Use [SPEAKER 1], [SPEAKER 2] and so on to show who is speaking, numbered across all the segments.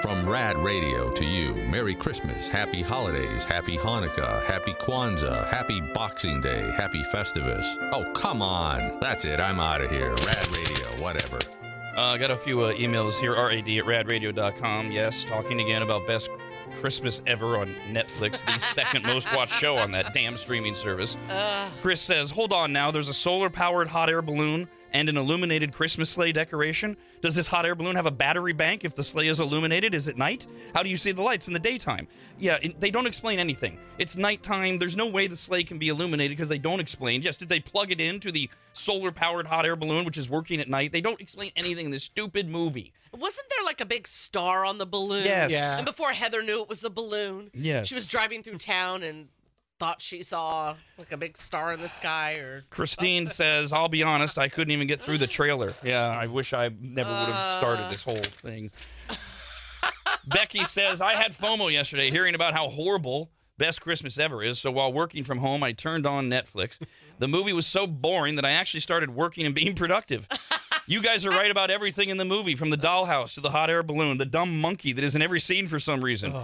[SPEAKER 1] From Rad Radio to you, Merry Christmas, Happy Holidays, Happy Hanukkah, Happy Kwanzaa, Happy Boxing Day, Happy Festivus. Oh, come on. That's it. I'm out of here. Rad Radio, whatever.
[SPEAKER 2] Uh, got a few uh, emails here. RAD at radradio.com. Yes, talking again about best Christmas ever on Netflix, the second most watched show on that damn streaming service. Chris says, Hold on now. There's a solar powered hot air balloon and an illuminated Christmas sleigh decoration. Does this hot air balloon have a battery bank if the sleigh is illuminated? Is it night? How do you see the lights in the daytime? Yeah, it, they don't explain anything. It's nighttime. There's no way the sleigh can be illuminated because they don't explain. Yes, did they plug it into the solar powered hot air balloon, which is working at night? They don't explain anything in this stupid movie.
[SPEAKER 3] Wasn't there like a big star on the balloon?
[SPEAKER 2] Yes. Yeah.
[SPEAKER 3] And before Heather knew it was the balloon,
[SPEAKER 2] Yes.
[SPEAKER 3] she was driving through town and thought she saw like a big star in the sky or
[SPEAKER 2] Christine says, I'll be honest, I couldn't even get through the trailer. Yeah, I wish I never would have started this whole thing. Becky says, I had FOMO yesterday hearing about how horrible Best Christmas Ever is. So while working from home, I turned on Netflix. The movie was so boring that I actually started working and being productive. You guys are right about everything in the movie from the dollhouse to the hot air balloon, the dumb monkey that is in every scene for some reason.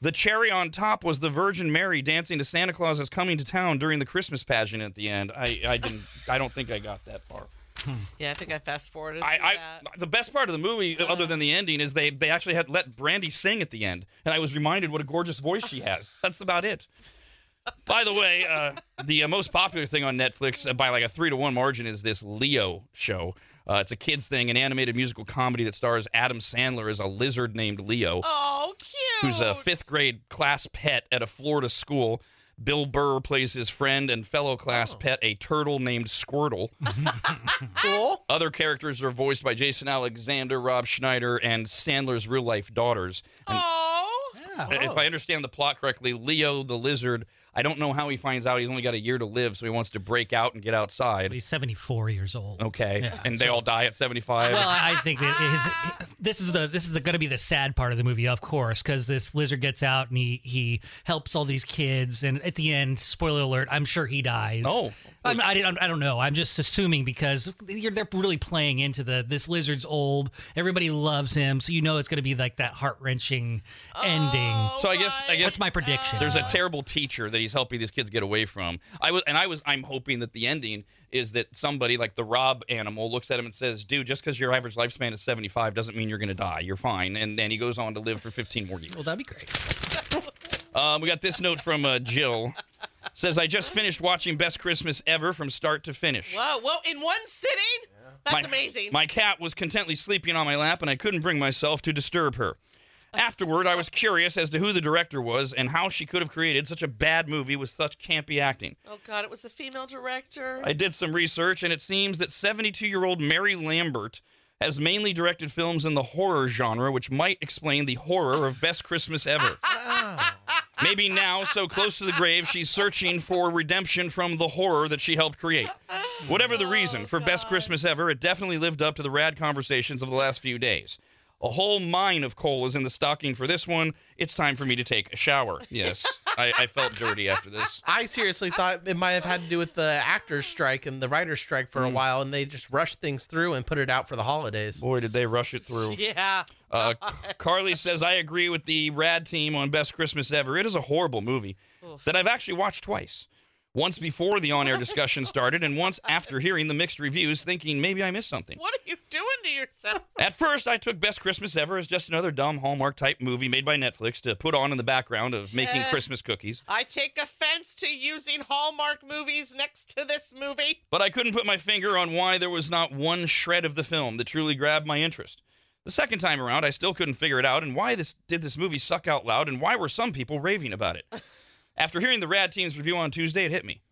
[SPEAKER 2] The cherry on top was the Virgin Mary dancing to Santa Claus is coming to town during the Christmas pageant at the end. I, I didn't I don't think I got that far.
[SPEAKER 3] Yeah, I think I fast forwarded.
[SPEAKER 2] I,
[SPEAKER 3] through
[SPEAKER 2] I
[SPEAKER 3] that. Uh-huh.
[SPEAKER 2] the best part of the movie, other than the ending, is they they actually had let Brandy sing at the end, and I was reminded what a gorgeous voice she has. That's about it. By the way, uh, the uh, most popular thing on Netflix uh, by like a three to one margin is this Leo show. Uh, it's a kids thing, an animated musical comedy that stars Adam Sandler as a lizard named Leo
[SPEAKER 3] Oh, cute.
[SPEAKER 2] who's uh, a fifth grade class pet at a Florida school. Bill Burr plays his friend and fellow class
[SPEAKER 3] Oh.
[SPEAKER 2] pet, a turtle named Squirtle.
[SPEAKER 3] Cool.
[SPEAKER 2] Other characters are voiced by Jason Alexander, Rob Schneider, and Sandler's real life daughters. And
[SPEAKER 3] Oh.
[SPEAKER 4] Ah,
[SPEAKER 2] if I understand the plot correctly, Leo the lizard, I don't know how he finds out he's only got a year to live, so he wants to break out and get outside.
[SPEAKER 4] He's 74 years old.
[SPEAKER 2] Okay.
[SPEAKER 4] Yeah,
[SPEAKER 2] and they all die at 75.
[SPEAKER 4] Well, I I think that his, this is the this is going to be the sad part of the movie, of course, because this lizard gets out and he he helps all these kids, and at the end, spoiler alert, I'm sure he dies.
[SPEAKER 2] Oh.
[SPEAKER 4] I'm, I, didn't- I don't know. I'm just assuming because you're, they're really playing into the this lizard's old. Everybody loves him, so you know it's going to be like that heart wrenching ending.
[SPEAKER 2] so I guess I guess
[SPEAKER 4] That's my prediction.
[SPEAKER 2] Oh, There's a terrible teacher that he's helping these kids get away from. I was, and I was, I'm hoping that the ending is that somebody like the Rob animal looks at him and says, "Dude, just because your average lifespan is 75 doesn't mean you're going to die. You're fine." And then he goes on to live for 15 more years.
[SPEAKER 4] well, that'd be great.
[SPEAKER 2] Um, we got this note from uh, Jill. Says, "I just finished watching Best Christmas Ever from start to finish."
[SPEAKER 3] Whoa, whoa, in one sitting? That's
[SPEAKER 2] my,
[SPEAKER 3] amazing.
[SPEAKER 2] My cat was contently sleeping on my lap, and I couldn't bring myself to disturb her. Afterward, I was curious as to who the director was and how she could have created such a bad movie with such campy acting.
[SPEAKER 3] oh, God, it was a female director.
[SPEAKER 2] I did some research, and it seems that 72 year old Mary Lambert has mainly directed films in the horror genre, which might explain the horror of Best Christmas Ever. Maybe now, so close to the grave, she's searching for redemption from the horror that she helped create. Whatever the reason, for Best Christmas Ever, it definitely lived up to the rad conversations of the last few days. A whole mine of coal is in the stocking for this one. It's time for me to take a shower. Yes, I, I felt dirty after this.
[SPEAKER 5] I seriously thought it might have had to do with the actors' strike and the writers' strike
[SPEAKER 2] Mm.
[SPEAKER 5] for a while, and they just rushed things through and put it out for the holidays.
[SPEAKER 2] Boy, did they rush it through.
[SPEAKER 3] yeah.
[SPEAKER 2] Uh, Carly says, I agree with the Rad team on Best Christmas Ever. It is a horrible movie that I've actually watched twice. Once before the on air discussion started, and once after hearing the mixed reviews, thinking maybe I missed something.
[SPEAKER 3] What are you doing to yourself?
[SPEAKER 2] At first, I took Best Christmas Ever as just another dumb Hallmark type movie made by Netflix to put on in the background of making
[SPEAKER 3] Yeah.
[SPEAKER 2] Christmas cookies.
[SPEAKER 3] I take offense to using Hallmark movies next to this movie.
[SPEAKER 2] But I couldn't put my finger on why there was not one shred of the film that truly grabbed my interest. The second time around, I still couldn't figure it out and why this did this movie suck out loud and why were some people raving about it. After hearing the Rad Team's review on Tuesday, it hit me.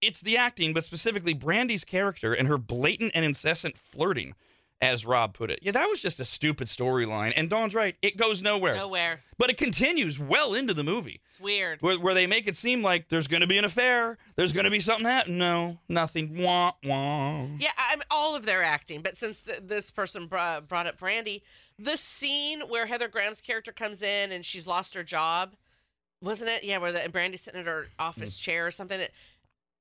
[SPEAKER 2] It's the acting, but specifically Brandy's character and her blatant and incessant flirting, as Rob put it. Yeah, that was just a stupid storyline. And Dawn's right, it goes nowhere.
[SPEAKER 3] Nowhere.
[SPEAKER 2] But it continues well into the movie
[SPEAKER 3] It's weird.
[SPEAKER 2] where, where they make it seem like there's going to be an affair, there's going to be something that no, nothing, wah wah.
[SPEAKER 3] Yeah, I, I'm all of their acting, but since th- this person br- uh, brought up Brandy, the scene where Heather Graham's character comes in and she's lost her job, wasn't it? Yeah, where the, and Brandy's sitting at her office
[SPEAKER 2] Mm.
[SPEAKER 3] chair or something. It,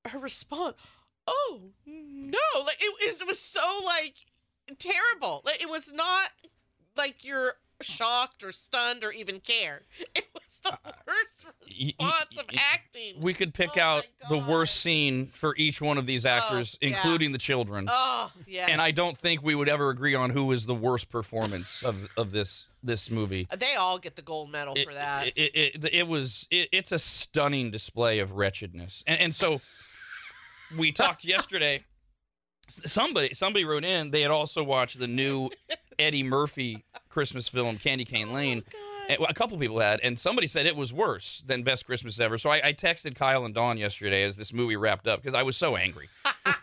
[SPEAKER 3] her response, "Oh no!" Like it, is- it was so like terrible. Like, it was not like your shocked or stunned or even care. It was the worst
[SPEAKER 2] Uh, y- y-
[SPEAKER 3] response of
[SPEAKER 2] y-
[SPEAKER 3] acting.
[SPEAKER 2] We could pick
[SPEAKER 3] Oh my
[SPEAKER 2] out the
[SPEAKER 3] God. Oh,
[SPEAKER 2] worst scene for each one of these actors,
[SPEAKER 3] yeah.
[SPEAKER 2] including the children.
[SPEAKER 3] oh yeah.
[SPEAKER 2] And I don't think we would ever agree on who is the worst performance of, of this this movie.
[SPEAKER 3] They all get the gold medal
[SPEAKER 2] It-
[SPEAKER 3] for that.
[SPEAKER 2] It, it, it, it was it, it's a stunning display of wretchedness. And, and so we talked yesterday. s- Somebody somebody wrote in. They had also watched the new Eddie Murphy Christmas film Candy Cane
[SPEAKER 3] Oh,
[SPEAKER 2] Lane. And- well, a couple people had, and somebody said it was worse than Best Christmas Ever. So I, I texted Kyle and Dawn yesterday as this movie wrapped up because I was so angry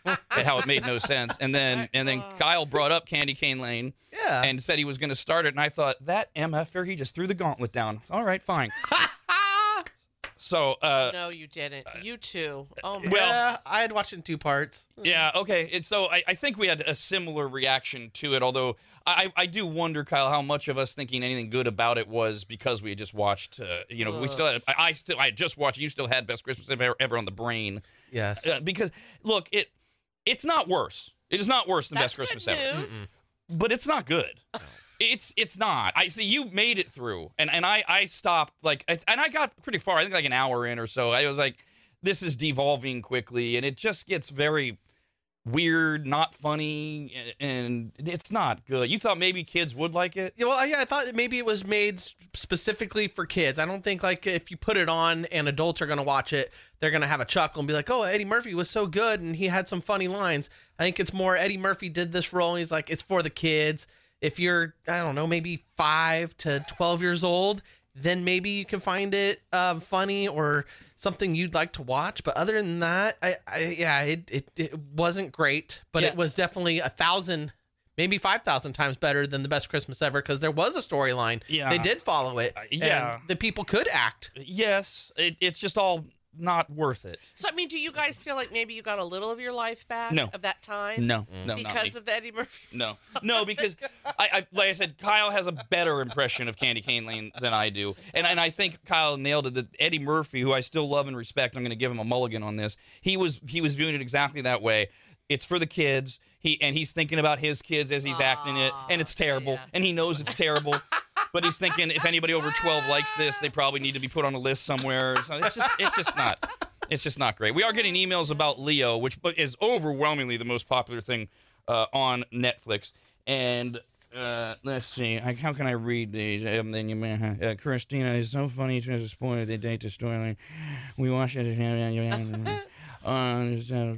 [SPEAKER 2] at how it made no sense. And then and then
[SPEAKER 3] Oh.
[SPEAKER 2] Kyle brought up Candy Cane Lane
[SPEAKER 5] Yeah.
[SPEAKER 2] and said he was going to start it. And I thought that mf'er, he just threw the gauntlet down. All right, fine. so, uh,
[SPEAKER 3] no, you didn't. You too. Oh my.
[SPEAKER 2] well-
[SPEAKER 5] yeah, I had watched it in two parts.
[SPEAKER 2] yeah, okay. And so I, I think we had a similar reaction to it. Although I, I do wonder, Kyle, how much of us thinking anything good about it was because we had just watched. Uh, you know, we still had. I, I still. I had just watched. You still had best Christmas ever, ever on the brain.
[SPEAKER 5] Yes.
[SPEAKER 2] Uh, because look, it it's not worse. It is not worse than best
[SPEAKER 3] That's
[SPEAKER 2] Christmas
[SPEAKER 3] good
[SPEAKER 2] ever.
[SPEAKER 3] news.
[SPEAKER 2] but it's not good. It's it's not. I see you made it through, and and I I stopped like I, and I got pretty far. I think like an hour in or so. I was like, this is devolving quickly, and it just gets very weird, not funny, a- and it's not good. You thought maybe kids would like it.
[SPEAKER 5] Yeah, well, yeah, I thought that maybe it was made s- specifically for kids. I don't think like if you put it on and adults are gonna watch it, they're gonna have a chuckle and be like, "Oh, Eddie Murphy was so good and he had some funny lines." I think it's more Eddie Murphy did this role. And he's like, it's for the kids. If you're, I don't know, maybe five to twelve years old, then maybe you can find it um, funny or something you'd like to watch. But other than that, I, I yeah, it, it it wasn't great, but
[SPEAKER 2] Yeah.
[SPEAKER 5] it was definitely a thousand maybe 5,000 times better than the best Christmas ever because there was a storyline.
[SPEAKER 2] Yeah.
[SPEAKER 5] They did follow it.
[SPEAKER 2] Uh, yeah.
[SPEAKER 5] and the people could act.
[SPEAKER 2] Yes, it, it's just all not worth it.
[SPEAKER 3] So I mean, do you guys feel like maybe you got a little of your life back
[SPEAKER 2] No.
[SPEAKER 3] of that time?
[SPEAKER 2] No, no, not me.
[SPEAKER 3] Because of the Eddie Murphy.
[SPEAKER 2] No, no, because I, I, like I said, Kyle has a better impression of Candy Cane Lane than I do, and and I think Kyle nailed it. That Eddie Murphy, who I still love and respect, I'm going to give him a mulligan on this. He was he was viewing it exactly that way. It's for the kids. He and he's thinking about his kids as he's acting it, and it's terrible,
[SPEAKER 3] yeah.
[SPEAKER 2] and he knows it's terrible. But he's thinking if anybody over 12 likes this, they probably need to be put on a list somewhere. So it's just it's just not it's just not great. We are getting emails about Leo, which is overwhelmingly the most popular thing uh, on Netflix. And uh, let's see, I, how can I read these? Um, then you, may- uh, Christina is so funny. She was disappointed they date the storyline. We watched it. Uh,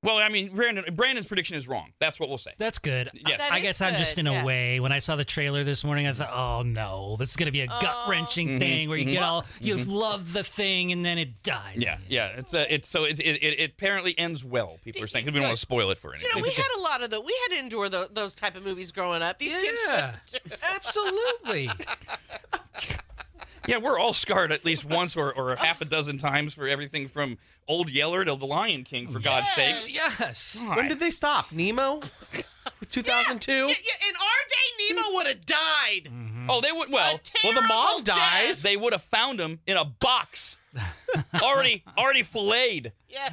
[SPEAKER 2] well, I mean, Brandon, Brandon's prediction is wrong. That's what we'll say.
[SPEAKER 4] That's good.
[SPEAKER 2] Yes.
[SPEAKER 3] That
[SPEAKER 4] I
[SPEAKER 3] is
[SPEAKER 4] guess I'm just
[SPEAKER 3] good,
[SPEAKER 4] in a
[SPEAKER 3] yeah.
[SPEAKER 4] way. When I saw the trailer this morning, I thought, "Oh no, this is gonna be a
[SPEAKER 3] Oh.
[SPEAKER 4] gut wrenching
[SPEAKER 2] Mm-hmm.
[SPEAKER 4] thing where you get all you love the thing and then it dies."
[SPEAKER 2] Yeah, yeah. It's uh, it's so it's, it, it it apparently ends well. People are saying 'cause we don't want to spoil it for
[SPEAKER 3] You know,
[SPEAKER 2] anyone.
[SPEAKER 3] we had a lot of the. We had to endure tho- those type of movies growing up. These kids
[SPEAKER 4] Yeah, absolutely.
[SPEAKER 2] Yeah, we're all scarred at least once or, or half a dozen times for everything from Old Yeller to The Lion King. For God's sakes.
[SPEAKER 4] yes.
[SPEAKER 2] God.
[SPEAKER 5] When did they stop? Nemo? 2002?
[SPEAKER 3] Yeah, yeah, in our day, Nemo would have died.
[SPEAKER 2] Oh, they would.
[SPEAKER 3] A
[SPEAKER 2] Well,
[SPEAKER 5] Well, the
[SPEAKER 3] terrible
[SPEAKER 5] mom
[SPEAKER 3] death.
[SPEAKER 5] dies.
[SPEAKER 2] they would have found him in a box, already already filleted.
[SPEAKER 3] Yeah.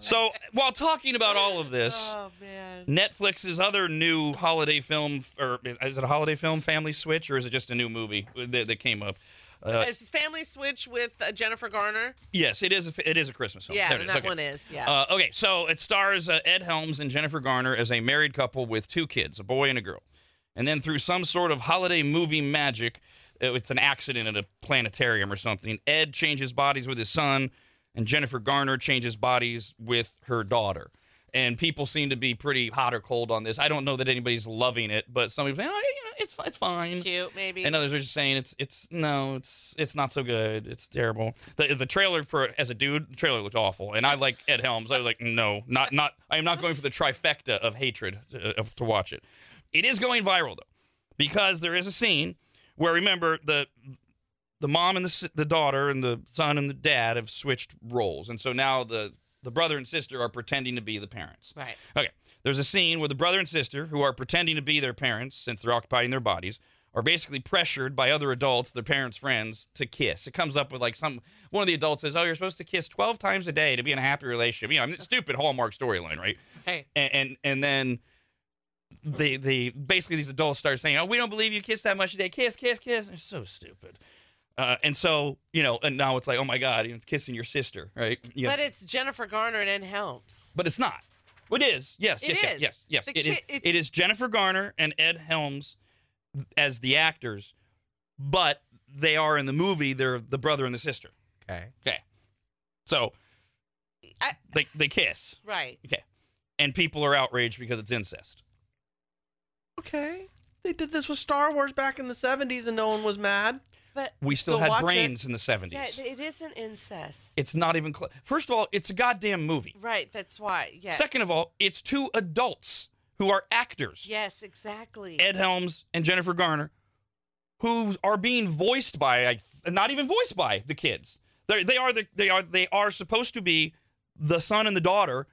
[SPEAKER 2] So while talking about all of this,
[SPEAKER 3] Oh man.
[SPEAKER 2] Netflix's other new holiday film, or is it a holiday film, Family Switch, or is it just a new movie that, that came up? Uh,
[SPEAKER 3] Is this Family Switch with uh, Jennifer Garner?
[SPEAKER 2] yes, it is. A, it is a Christmas film.
[SPEAKER 3] Yeah,
[SPEAKER 2] There it
[SPEAKER 3] then
[SPEAKER 2] is.
[SPEAKER 3] that
[SPEAKER 2] Okay.
[SPEAKER 3] one is. Yeah.
[SPEAKER 2] Uh, okay, so it stars uh, Ed Helms and Jennifer Garner as a married couple with two kids, a boy and a girl. And then through some sort of holiday movie magic, uh, it's an accident at a planetarium or something. Ed changes bodies with his son, and Jennifer Garner changes bodies with her daughter. And people seem to be pretty hot or cold on this. I don't know that anybody's loving it, but some people say, oh, you know, it's, fi- it's fine.
[SPEAKER 3] Cute, maybe.
[SPEAKER 2] Um, And uh, others are just saying it's it's no, it's it's not so good. It's terrible. The the trailer for as a dude, the trailer looked awful. And I like Ed Helms. I was like, no, not not. I am not going for the trifecta of hatred to, uh, to watch it. It is going viral though, because there is a scene where remember the the mom and the s- the daughter and the son and the dad have switched roles, and so now the the brother and sister are pretending to be the parents.
[SPEAKER 3] right.
[SPEAKER 2] Okay. There's a scene where the brother and sister, who are pretending to be their parents since they're occupying their bodies, are basically pressured by other adults, their parents' friends, to kiss. It comes up with like some one of the adults says, "Oh, you're supposed to kiss 12 times a day to be in a happy relationship." You know, I mean, it's stupid Hallmark storyline, right?
[SPEAKER 3] Hey.
[SPEAKER 2] And and, and then they they basically these adults start saying, "Oh, we don't believe you kiss that much today. Kiss, kiss, kiss." It's so stupid. Uh, and so you know, and now it's like, "Oh my God, it's kissing your sister, right?" Yeah,
[SPEAKER 3] But it's Jennifer Garner and Ann Helms.
[SPEAKER 2] but it's not. It is. Yes.
[SPEAKER 3] It
[SPEAKER 2] yes,
[SPEAKER 3] is.
[SPEAKER 2] yes. Yes. Yes.
[SPEAKER 3] The
[SPEAKER 2] It is.
[SPEAKER 3] ki- it's-
[SPEAKER 2] It is Jennifer Garner and Ed Helms as the actors, but they are in the movie. They're the brother and the sister.
[SPEAKER 5] Okay.
[SPEAKER 2] So
[SPEAKER 3] I-
[SPEAKER 2] they they kiss,
[SPEAKER 3] Right.
[SPEAKER 2] and people are outraged because it's incest.
[SPEAKER 5] Okay. They did this with Star Wars back in the 70s and no one was mad.
[SPEAKER 3] But
[SPEAKER 2] We still
[SPEAKER 5] So
[SPEAKER 2] had
[SPEAKER 5] watch it.
[SPEAKER 2] brains in the seventies.
[SPEAKER 3] yeah, it isn't incest.
[SPEAKER 2] It's not even close. First of all, it's a goddamn movie.
[SPEAKER 3] Right. That's why. Yes.
[SPEAKER 2] Second of all, it's two adults who are actors,
[SPEAKER 3] Yes, exactly.
[SPEAKER 2] Ed Helms and Jennifer Garner, who are being voiced by, like, not even voiced by the kids. They're, they are the, they are they are supposed to be the son and the daughter,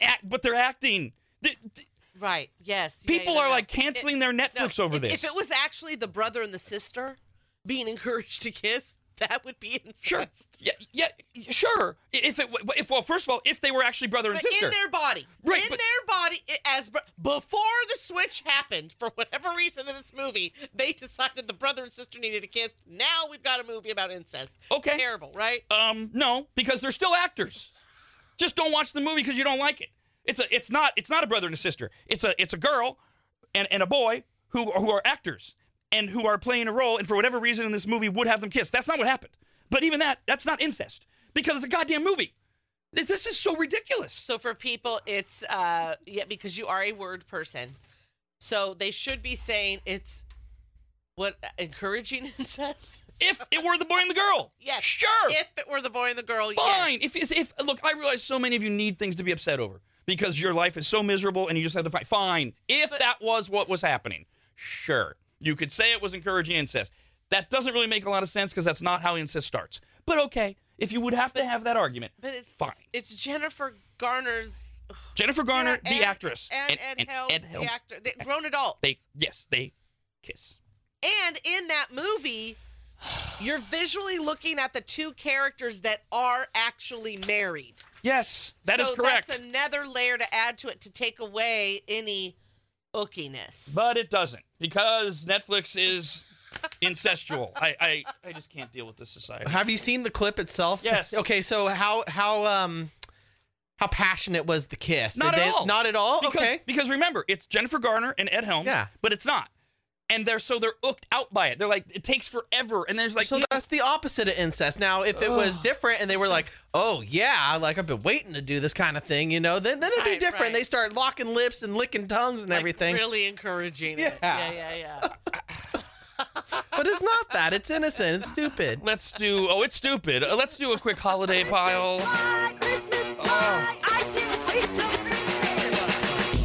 [SPEAKER 2] act, but they're acting. Th- th-
[SPEAKER 3] right. Yes. Yeah,
[SPEAKER 2] people
[SPEAKER 3] yeah,
[SPEAKER 2] are
[SPEAKER 3] no.
[SPEAKER 2] like canceling their
[SPEAKER 3] No,
[SPEAKER 2] Netflix over
[SPEAKER 3] if,
[SPEAKER 2] this.
[SPEAKER 3] If it was actually the brother and the sister being encouraged to kiss, that would be incest.
[SPEAKER 2] sure, yeah, yeah, sure. If it w- if well, first of all, if they were actually brother and
[SPEAKER 3] But
[SPEAKER 2] sister,
[SPEAKER 3] in their body,
[SPEAKER 2] Right,
[SPEAKER 3] in
[SPEAKER 2] but-
[SPEAKER 3] their body, i- as br- before the switch happened, for whatever reason in this movie, they decided the brother and sister needed to kiss. Now we've got a movie about incest.
[SPEAKER 2] okay,
[SPEAKER 3] Terrible, right?
[SPEAKER 2] Um, no, because they're still actors. Just don't watch the movie because you don't like it. It's a, it's not, it's not a brother and a sister. It's a, it's a girl and, and a boy who who are actors and who are playing a role. And for whatever reason in this movie, would have them kiss. That's not what happened. But even that, that's not incest because it's a goddamn movie. This, this is so ridiculous.
[SPEAKER 3] So for people, it's uh yeah because you are a word person, so they should be saying it's what encouraging incest.
[SPEAKER 2] If it were the boy and the girl,
[SPEAKER 3] Yes.
[SPEAKER 2] sure,
[SPEAKER 3] If it were the boy and the girl, yes.
[SPEAKER 2] fine. If If if look, I realize so many of you need things to be upset over because your life is so miserable and you just have to fight. Fine. If that was what was happening, sure, you could say it was encouraging incest. That doesn't really make a lot of sense because that's not how incest starts. But okay, if you would have to have that argument,
[SPEAKER 3] But it's
[SPEAKER 2] Fine.
[SPEAKER 3] It's Jennifer Garner's
[SPEAKER 2] Jennifer Garner,
[SPEAKER 3] Yeah,
[SPEAKER 2] the
[SPEAKER 3] and-
[SPEAKER 2] actress,
[SPEAKER 3] and Ed, Helms, the actor, the grown adults.
[SPEAKER 2] they yes, they kiss.
[SPEAKER 3] and in that movie, you're visually looking at the two characters that are actually married.
[SPEAKER 2] Yes, that is
[SPEAKER 3] so
[SPEAKER 2] correct.
[SPEAKER 3] That's another layer to add to it to take away any ookiness.
[SPEAKER 2] But it doesn't because Netflix is incestual. I, I I just can't deal with this society.
[SPEAKER 5] Have you seen the clip itself?
[SPEAKER 2] Yes.
[SPEAKER 5] Okay, so how how um how passionate was the kiss?
[SPEAKER 2] Not
[SPEAKER 5] Did
[SPEAKER 2] at
[SPEAKER 5] they-
[SPEAKER 2] all.
[SPEAKER 5] Not at all.
[SPEAKER 2] Because,
[SPEAKER 5] okay.
[SPEAKER 2] Because remember, it's Jennifer Garner and Ed Helms.
[SPEAKER 5] Yeah.
[SPEAKER 2] But it's not. And they're so they're ooked out by it. They're like, it takes forever. And there's like,
[SPEAKER 5] So
[SPEAKER 2] you-
[SPEAKER 5] that's the opposite of incest. Now, if it was different and they were like, "Oh yeah, like I've been waiting to do this kind of thing," you know, then then it'd be
[SPEAKER 3] Right,
[SPEAKER 5] different.
[SPEAKER 3] right.
[SPEAKER 5] They start locking lips and licking tongues and
[SPEAKER 3] Like,
[SPEAKER 5] everything.
[SPEAKER 3] really encouraging. it. yeah,
[SPEAKER 5] Yeah.
[SPEAKER 3] yeah, yeah.
[SPEAKER 5] But it's not that. It's innocent. It's stupid.
[SPEAKER 2] let's do, oh, it's stupid. Uh, let's do a quick holiday pile.
[SPEAKER 6] Christmas
[SPEAKER 2] Oh.
[SPEAKER 6] pie. I can't wait till Christmas.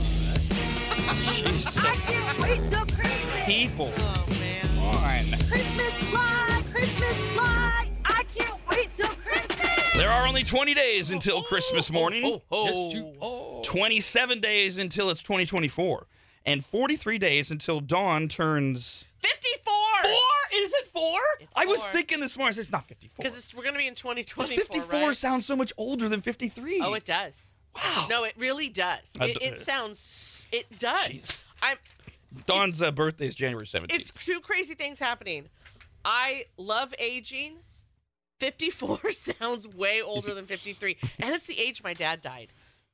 [SPEAKER 6] I can't wait till Christmas.
[SPEAKER 2] People.
[SPEAKER 3] oh man.
[SPEAKER 2] On.
[SPEAKER 6] Christmas fly, Christmas fly. I can't wait till Christmas.
[SPEAKER 2] There are only 20 days until Christmas morning.
[SPEAKER 5] oh, oh,
[SPEAKER 2] Yes, you- 27 days until it's 2024. And 43 days until dawn turns.
[SPEAKER 3] Fifty-four.
[SPEAKER 2] Four? Is it four?
[SPEAKER 3] It's
[SPEAKER 2] I was
[SPEAKER 3] four.
[SPEAKER 2] thinking this morning, I said, it's not 54.
[SPEAKER 3] Because it's we're gonna be in 2024.
[SPEAKER 2] 54
[SPEAKER 3] right?
[SPEAKER 2] sounds so much older than 53.
[SPEAKER 3] Oh, it does. Wow. No, it really does.
[SPEAKER 2] I
[SPEAKER 3] It,
[SPEAKER 2] d- uh,
[SPEAKER 3] it sounds. It does. I'm.
[SPEAKER 2] Dawn's uh, birthday is January 17th.
[SPEAKER 3] It's two crazy things happening. I love aging. 54 sounds way older than 53, and it's the age my dad died.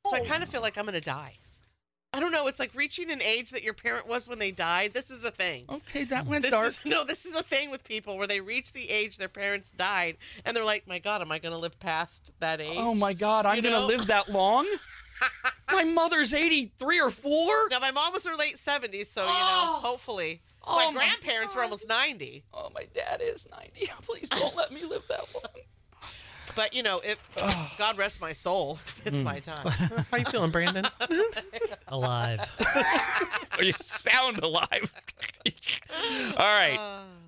[SPEAKER 3] So
[SPEAKER 2] Oh.
[SPEAKER 3] I kind of feel like I'm gonna die. I don't know. It's like reaching an age that your parent was when they died. This is a thing.
[SPEAKER 2] okay, that went
[SPEAKER 3] This
[SPEAKER 2] Oh, dark.
[SPEAKER 3] is no, this is a thing with people where they reach the age their parents died, and they're like, "My God, am I gonna live past that age?"
[SPEAKER 2] Oh my God, I'm gonna
[SPEAKER 3] know?
[SPEAKER 2] live that long? my mother's 83 or 4?
[SPEAKER 3] Now my mom was in her late seventies, so you know,
[SPEAKER 2] Oh.
[SPEAKER 3] hopefully.
[SPEAKER 2] Oh,
[SPEAKER 3] my
[SPEAKER 2] my
[SPEAKER 3] grandparents were
[SPEAKER 2] God.
[SPEAKER 3] almost ninety.
[SPEAKER 2] Oh, my dad is 90. Please don't let me live that long.
[SPEAKER 3] But you know, if God rest my soul, it's
[SPEAKER 2] Mm.
[SPEAKER 3] my time.
[SPEAKER 5] How you feeling, Brandon?
[SPEAKER 4] Alive.
[SPEAKER 2] Or you sound alive. All right,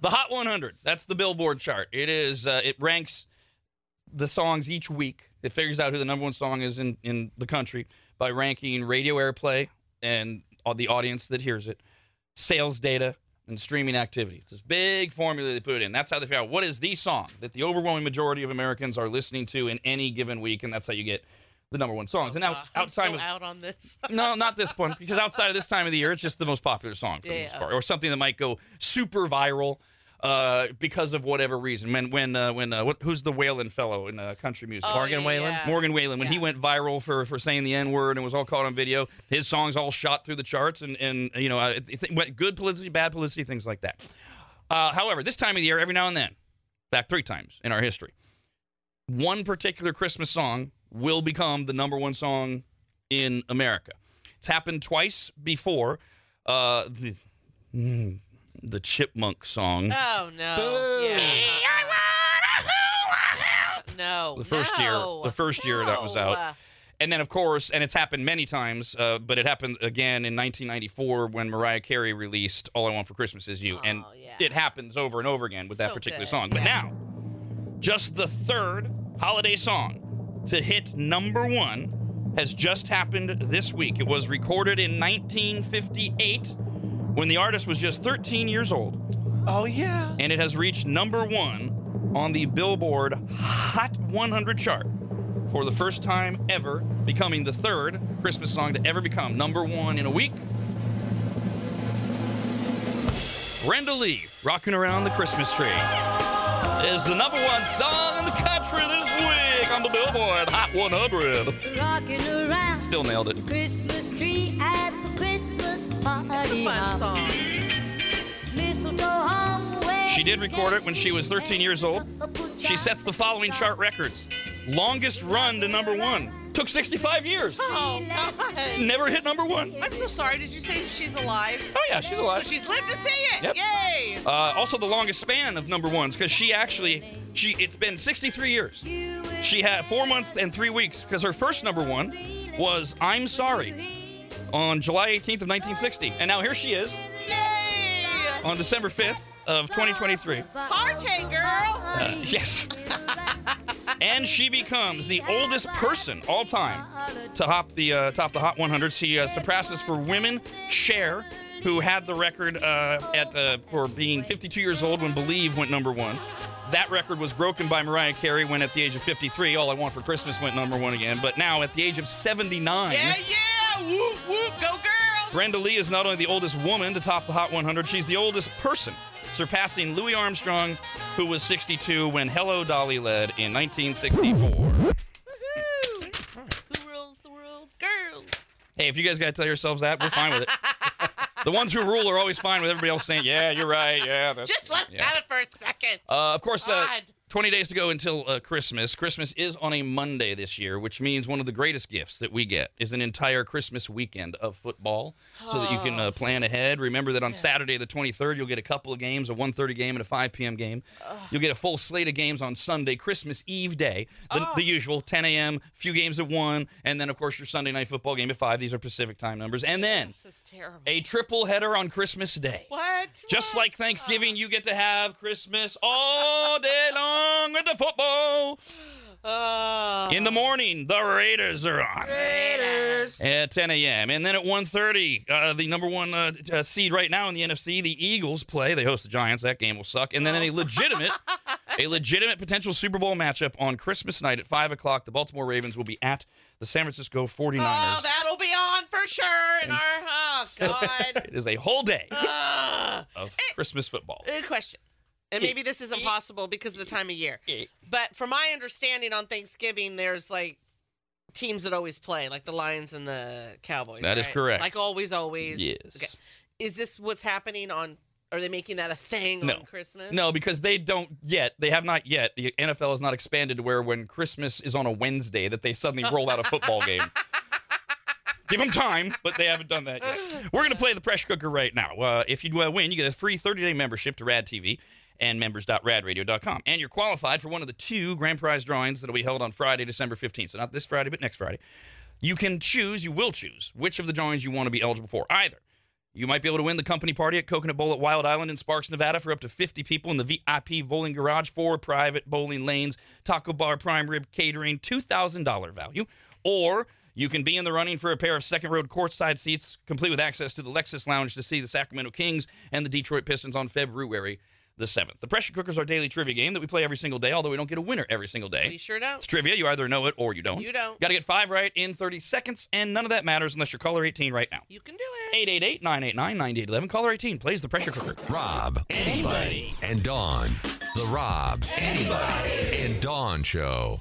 [SPEAKER 2] the Hot 100. That's the Billboard chart. It is. Uh, it ranks the songs each week. It figures out who the number one song is in in the country by ranking radio airplay and au- the audience that hears it, sales data, and streaming activity. It's this big formula they put it in. That's how they figure out what is the song that the overwhelming majority of Americans are listening to in any given week, and that's how you get the number one songs. And now
[SPEAKER 3] Uh, I'm
[SPEAKER 2] outside
[SPEAKER 3] so
[SPEAKER 2] of
[SPEAKER 3] out on this.
[SPEAKER 2] no, not this one because outside of this time of the year, it's just the most popular song for the most
[SPEAKER 3] Yeah.
[SPEAKER 2] part, or something that might go super viral uh, because of whatever reason. When when uh, when uh, what, who's the Whalen fellow in uh, country music?
[SPEAKER 3] Oh,
[SPEAKER 5] Morgan
[SPEAKER 3] yeah,
[SPEAKER 5] Wallen?
[SPEAKER 3] yeah.
[SPEAKER 2] Morgan Whalen, when he
[SPEAKER 3] Yeah.
[SPEAKER 2] went viral for, for saying the N word and was all caught on video, his songs all shot through the charts and, and you know, uh, it- it- went good publicity, bad publicity, things like that. Uh, however, this time of the year, every now and then, back three times in our history, one particular Christmas song will become the number one song in America. It's happened twice before. Uh, the, mm, the Chipmunk song.
[SPEAKER 3] Oh no. Yeah. No.
[SPEAKER 2] The first year-
[SPEAKER 3] Oh, no,
[SPEAKER 2] the first year that was
[SPEAKER 3] no.
[SPEAKER 2] out. And then, of course, and it's happened many times, uh, but it happened again in 1994 when Mariah Carey released All I Want for Christmas Is You. and
[SPEAKER 3] Oh, yeah.
[SPEAKER 2] it happens over and over again with that
[SPEAKER 3] So
[SPEAKER 2] particular
[SPEAKER 3] good,
[SPEAKER 2] song. But
[SPEAKER 3] yeah.
[SPEAKER 2] now, just the third holiday song to hit number one has just happened this week. It was recorded in 1958 when the artist was just 13 years old
[SPEAKER 5] Oh yeah.
[SPEAKER 2] and it has reached number one on the Billboard Hot 100 chart for the first time ever, becoming the third Christmas song to ever become number one in a week. Brenda Lee, Rocking Around the Christmas Tree, is the number one song in the country this week on the Billboard Hot 100.
[SPEAKER 7] Rocking around
[SPEAKER 2] Still nailed it.
[SPEAKER 7] Christmas tree at the Christmas party.
[SPEAKER 3] Fun
[SPEAKER 7] hop.
[SPEAKER 3] song.
[SPEAKER 7] Mistletoe hung where
[SPEAKER 2] She did
[SPEAKER 7] you
[SPEAKER 2] record
[SPEAKER 7] can
[SPEAKER 2] it when she was
[SPEAKER 7] see
[SPEAKER 2] 13 years old.
[SPEAKER 7] and
[SPEAKER 2] She sets the following chart records longest run to number one, took 65 years,
[SPEAKER 3] Oh God.
[SPEAKER 2] never hit number one.
[SPEAKER 3] I'm so sorry. Did you say she's alive?
[SPEAKER 2] Oh yeah, she's
[SPEAKER 3] So
[SPEAKER 2] alive.
[SPEAKER 3] she's lived to see it.
[SPEAKER 2] Yep.
[SPEAKER 3] Yay.
[SPEAKER 2] uh, also the longest span of number ones because she actually she it's been 63 years. She had four months and three weeks because her first number one was "I'm Sorry" on July 18th of 1960, and now here she is
[SPEAKER 3] Yay.
[SPEAKER 2] on December 5th of 2023.
[SPEAKER 3] Party girl.
[SPEAKER 2] Uh, yes. and she becomes the oldest person all time to hop the uh, top the Hot 100. She uh, surpasses for women Cher, who had the record uh, at uh, for being 52 years old when Believe went number one. That record was broken by Mariah Carey when, at the age of 53, All I Want for Christmas went number one again. But now, at the age of 79,
[SPEAKER 3] Yeah, yeah. Whoop, whoop. Go girl.
[SPEAKER 2] Brenda Lee is not only the oldest woman to top the Hot 100, she's the oldest person, surpassing Louis Armstrong, who was 62 when Hello Dolly led in 1964.
[SPEAKER 3] Woohoo. Who rules the world? Girls.
[SPEAKER 2] Hey, if you guys gotta tell yourselves that, we're fine with it. the ones who rule are always fine with everybody else saying, "Yeah, you're right. Yeah, that's."
[SPEAKER 3] Just let's
[SPEAKER 2] Yeah.
[SPEAKER 3] have it for a second.
[SPEAKER 2] Uh, of course, uh,
[SPEAKER 3] God.
[SPEAKER 2] 20 days to go until uh, Christmas. Christmas is on a Monday this year, which means one of the greatest gifts that we get is an entire Christmas weekend of football so that you can uh, plan ahead. Remember that on Saturday, the 23rd, you'll get a couple of games, a 1.30 game and a 5 p.m. game. You'll get a full slate of games on Sunday, Christmas Eve day, the, the usual 10 a.m., few games at 1, and then, of course, your Sunday night football game at 5. These are Pacific time numbers. And then
[SPEAKER 3] This is terrible.
[SPEAKER 2] a triple header on Christmas Day.
[SPEAKER 3] What?
[SPEAKER 2] Just
[SPEAKER 3] What?
[SPEAKER 2] like Thanksgiving, you get to have Christmas all day long with the football.
[SPEAKER 3] Oh.
[SPEAKER 2] In the morning, the Raiders are on at 10 a.m. And then at 1.30, uh, the number one uh, t- uh, seed right now in the NFC, the Eagles play. They host the Giants. That game will suck. And then a legitimate, a legitimate potential Super Bowl matchup on Christmas night at 5 o'clock. The Baltimore Ravens will be at the San Francisco 49ers.
[SPEAKER 3] Oh, that'll be on for sure in our. Oh, God.
[SPEAKER 2] it is a whole day
[SPEAKER 3] Oh. Ugh.
[SPEAKER 2] of Christmas football.
[SPEAKER 3] Uh, question. And maybe this isn't possible because of the time of year. But from my understanding, on Thanksgiving, there's like teams that always play, like the Lions and the Cowboys.
[SPEAKER 2] That
[SPEAKER 3] That
[SPEAKER 2] is
[SPEAKER 3] is
[SPEAKER 2] correct.
[SPEAKER 3] Like always, always.
[SPEAKER 2] Yes.
[SPEAKER 3] Okay. Is this what's happening on? Are they making that a thing
[SPEAKER 2] No.
[SPEAKER 3] on Christmas?
[SPEAKER 2] No, because they don't yet. They have not yet. The NFL has not expanded to where when Christmas is on a Wednesday that they suddenly roll out a football game. Give them time, but they haven't done that yet. We're going to play the pressure cooker right now. Uh, if you uh, win, you get a free 30-day membership to Rad TV and members.radradio.com. And you're qualified for one of the two grand prize drawings that'll be held on Friday, December 15th. So not this Friday, but next Friday. You can choose, you will choose, which of the drawings you want to be eligible for. Either you might be able to win the company party at Coconut Bowl at Wild Island in Sparks, Nevada for up to 50 people in the VIP bowling garage, four private bowling lanes, taco bar, prime rib catering, $2,000 value. Or you can be in the running for a pair of second road courtside seats, complete with access to the Lexus Lounge to see the Sacramento Kings and the Detroit Pistons on February the 7th. The pressure cooker is our daily trivia game that we play every single day, although we don't get a winner every single day.
[SPEAKER 3] We sure
[SPEAKER 2] It's
[SPEAKER 3] don't.
[SPEAKER 2] trivia. You either know it or you don't.
[SPEAKER 3] You don't.
[SPEAKER 2] Got to get five right in 30 seconds, and none of that matters unless you're caller 18 right now.
[SPEAKER 3] You can do it.
[SPEAKER 2] 888 989 9811. Caller 18 plays the pressure cooker.
[SPEAKER 1] Rob. Anybody. And Dawn. The Rob. Anybody. And Dawn Show.